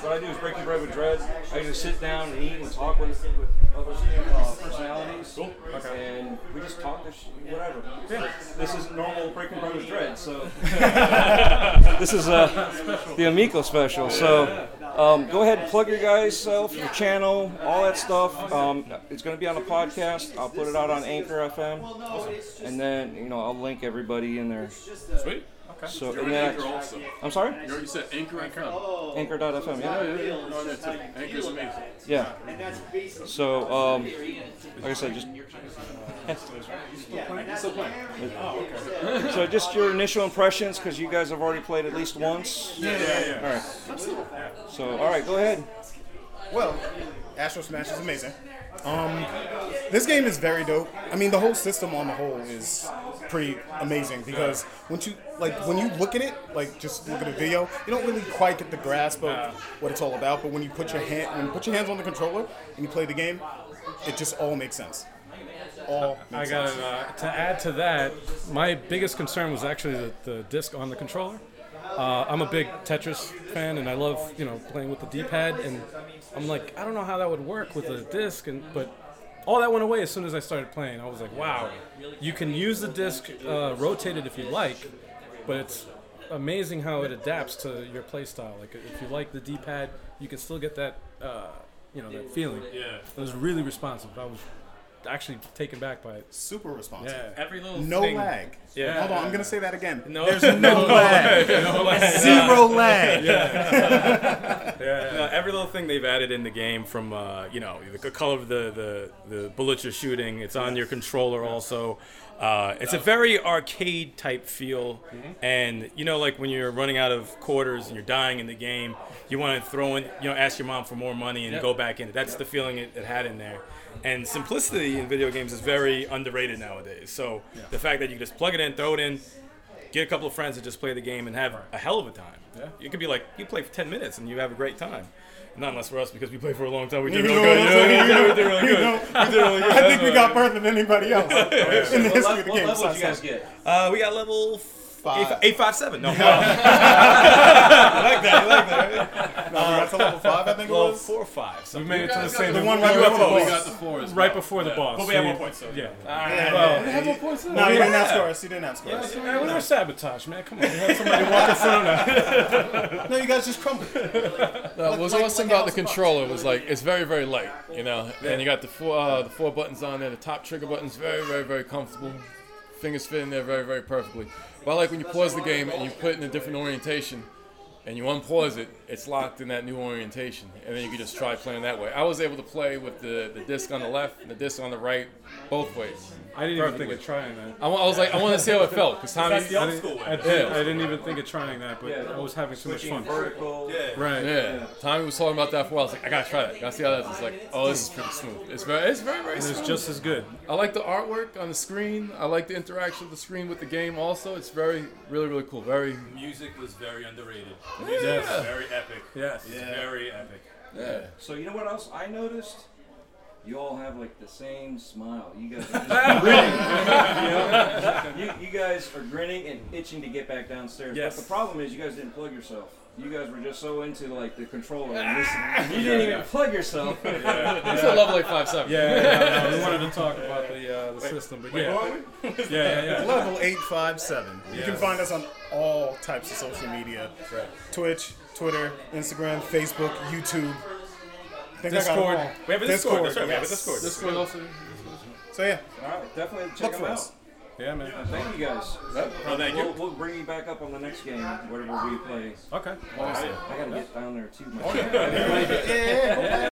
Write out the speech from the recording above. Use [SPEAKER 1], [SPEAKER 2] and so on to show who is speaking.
[SPEAKER 1] What I do is breaking bread with Dread. I just sit down and eat and talk with, with other uh, personalities.
[SPEAKER 2] Cool. Okay.
[SPEAKER 1] And we just talk this sh- whatever. This isn't normal breaking bread with Dread, so this is uh, the Amico special. So um, go ahead and plug your guys self, your channel, all that stuff. Um, it's going to be on a podcast. I'll put it out on Anchor FM, and then you know I'll link everybody in there.
[SPEAKER 2] Sweet. Okay.
[SPEAKER 1] So
[SPEAKER 2] You're
[SPEAKER 1] and
[SPEAKER 2] on
[SPEAKER 1] then
[SPEAKER 2] Anchor
[SPEAKER 1] I-
[SPEAKER 2] also.
[SPEAKER 1] I'm sorry,
[SPEAKER 2] You already said Anchor. Anchor. Oh,
[SPEAKER 1] Anchor.fm. Yeah.
[SPEAKER 2] yeah, yeah. You're on there too. Anchor's amazing.
[SPEAKER 1] Yeah. So, um, like I said, just
[SPEAKER 2] Still playing.
[SPEAKER 1] so just your initial impressions because you guys have already played at least once.
[SPEAKER 2] Yeah, yeah, yeah.
[SPEAKER 1] All right. So, all right, go ahead.
[SPEAKER 3] Well, Astro Smash is amazing. Um, this game is very dope. I mean, the whole system on the whole is pretty amazing because once you like when you look at it, like just look at a video, you don't really quite get the grasp of what it's all about. But when you put your hand when you put your hands on the controller and you play the game, it just all makes sense. All
[SPEAKER 4] I
[SPEAKER 3] makes
[SPEAKER 4] got
[SPEAKER 3] sense.
[SPEAKER 4] uh, to add to that. My biggest concern was actually the, the disc on the controller. Uh, I'm a big Tetris fan, and I love you know playing with the D-pad. And I'm like, I don't know how that would work with a disc, and but all that went away as soon as I started playing. I was like, wow, you can use the disc, uh, rotate it if you like, but it's amazing how it adapts to your play style. Like if you like the D-pad, you can still get that uh, you know that feeling.
[SPEAKER 2] Yeah.
[SPEAKER 4] It was really responsive. I was actually taken back by it.
[SPEAKER 3] super responsive.
[SPEAKER 4] Yeah.
[SPEAKER 5] Every little
[SPEAKER 3] No
[SPEAKER 5] thing.
[SPEAKER 3] lag.
[SPEAKER 4] Yeah.
[SPEAKER 3] Hold on, I'm gonna say that again.
[SPEAKER 4] No.
[SPEAKER 3] There's no lag. Zero lag.
[SPEAKER 5] No, every little thing they've added in the game from uh, you know the c- color of the, the the bullets you're shooting. It's on your controller also. Uh, it's a very arcade type feel, and you know like when you're running out of quarters and you're dying in the game, you want to throw in you know ask your mom for more money and go back in. it. That's the feeling it, it had in there. And simplicity in video games is very underrated nowadays. So the fact that you can just plug it in, throw it in, get a couple of friends and just play the game and have a hell of a time. Yeah. It could be like you play for ten minutes and you have a great time. Not unless we're us because we played for a long time. We did
[SPEAKER 3] You
[SPEAKER 5] real
[SPEAKER 3] know
[SPEAKER 5] good.
[SPEAKER 3] what I'm
[SPEAKER 5] You know, we did
[SPEAKER 3] saying?
[SPEAKER 5] really
[SPEAKER 3] You
[SPEAKER 5] good.
[SPEAKER 3] know,
[SPEAKER 5] We did really good.
[SPEAKER 3] I think we got further than anybody else in the
[SPEAKER 1] What,
[SPEAKER 3] history of the
[SPEAKER 1] level,
[SPEAKER 3] game.
[SPEAKER 1] what level
[SPEAKER 3] besides
[SPEAKER 1] did you guys
[SPEAKER 3] us.
[SPEAKER 1] get?
[SPEAKER 5] Uh, we got level
[SPEAKER 3] Five.
[SPEAKER 5] eight five seven. No, wow.
[SPEAKER 3] No, we got to level five, I think it
[SPEAKER 5] level
[SPEAKER 3] was.
[SPEAKER 5] four or five.
[SPEAKER 4] We
[SPEAKER 5] So
[SPEAKER 4] made it to the same
[SPEAKER 3] The one
[SPEAKER 2] We
[SPEAKER 3] right
[SPEAKER 2] got
[SPEAKER 3] before
[SPEAKER 2] the- we
[SPEAKER 3] the
[SPEAKER 2] got
[SPEAKER 3] boss.
[SPEAKER 2] the four as well.
[SPEAKER 4] right before the boss.
[SPEAKER 5] but we
[SPEAKER 4] so
[SPEAKER 5] have
[SPEAKER 4] you-
[SPEAKER 5] one point. So
[SPEAKER 4] Yeah.
[SPEAKER 3] Yeah. No, you didn't have scores. You didn't have scores.
[SPEAKER 4] Man, we were sabotaged, man. Come on, we had somebody walk us in on that.
[SPEAKER 3] No, you guys just crumbled.
[SPEAKER 6] No, what was
[SPEAKER 3] like-
[SPEAKER 6] awesome
[SPEAKER 3] like
[SPEAKER 6] about the
[SPEAKER 3] House of Cards.
[SPEAKER 6] controller was like it's very very light, you know, and you got the four uh, the four buttons on there. The top trigger button's very very very comfortable. Fingers fit in there very very perfectly. But I like when you pause the game and you put it in a different orientation, and you unpause it, it's locked in that new orientation, and then you can just try playing that way. I was able to play with the the disc on the left and the disc on the right, both ways.
[SPEAKER 4] I didn't even think of trying that.
[SPEAKER 6] I, wa- I was like I want to see how it felt because Tommy.
[SPEAKER 4] I didn't, I, didn't,
[SPEAKER 6] Yeah.
[SPEAKER 4] I didn't even think of trying that, but I was having so much
[SPEAKER 1] Switching
[SPEAKER 4] fun.
[SPEAKER 1] vertical.
[SPEAKER 4] Right.
[SPEAKER 6] Yeah, Tommy was talking about that for a while. I was like, I gotta try that. I gotta see how that is. It's like, oh, this is pretty smooth. It's very, it's very, very
[SPEAKER 4] And it's
[SPEAKER 6] smooth.
[SPEAKER 4] just as good.
[SPEAKER 6] I like the artwork on the screen. I like the interaction of the screen with the game. Also, it's very, really, really cool. Very,
[SPEAKER 2] Music was very underrated. The music was very epic.
[SPEAKER 4] Yes.
[SPEAKER 2] It's very epic.
[SPEAKER 6] yeah.
[SPEAKER 1] So you know what else I noticed? You all have like the same smile. You guys are just grinning. you, know? you, you guys are grinning and itching to get back downstairs.
[SPEAKER 4] Yes.
[SPEAKER 1] But the problem is you guys didn't plug yourself. You guys were just so into like the controller. And this, you didn't even plug yourself.
[SPEAKER 6] It's a level eight five seven.
[SPEAKER 4] Yeah, yeah, yeah, we wanted to talk about the, uh, the system, but yeah. yeah, yeah, yeah.
[SPEAKER 3] Level 857. You can find us on all types of social media Twitch, Twitter, Instagram, Facebook, YouTube. I think I got them
[SPEAKER 4] Discord.
[SPEAKER 3] all.
[SPEAKER 5] we have a Discord. That's right. We have a
[SPEAKER 3] yes.
[SPEAKER 5] Discord.
[SPEAKER 6] This one also.
[SPEAKER 3] So, yeah.
[SPEAKER 1] all right, definitely check
[SPEAKER 3] Look
[SPEAKER 1] them
[SPEAKER 3] for
[SPEAKER 1] out. Uh,
[SPEAKER 3] us.
[SPEAKER 4] Yeah, man.
[SPEAKER 1] Thank you guys.
[SPEAKER 2] Oh, thank
[SPEAKER 1] We'll,
[SPEAKER 2] you.
[SPEAKER 1] we'll bring you back up on the next game, whatever we play.
[SPEAKER 4] Okay.
[SPEAKER 2] Oh,
[SPEAKER 1] I gotta get down there too. myself.
[SPEAKER 3] Yeah, yeah, yeah.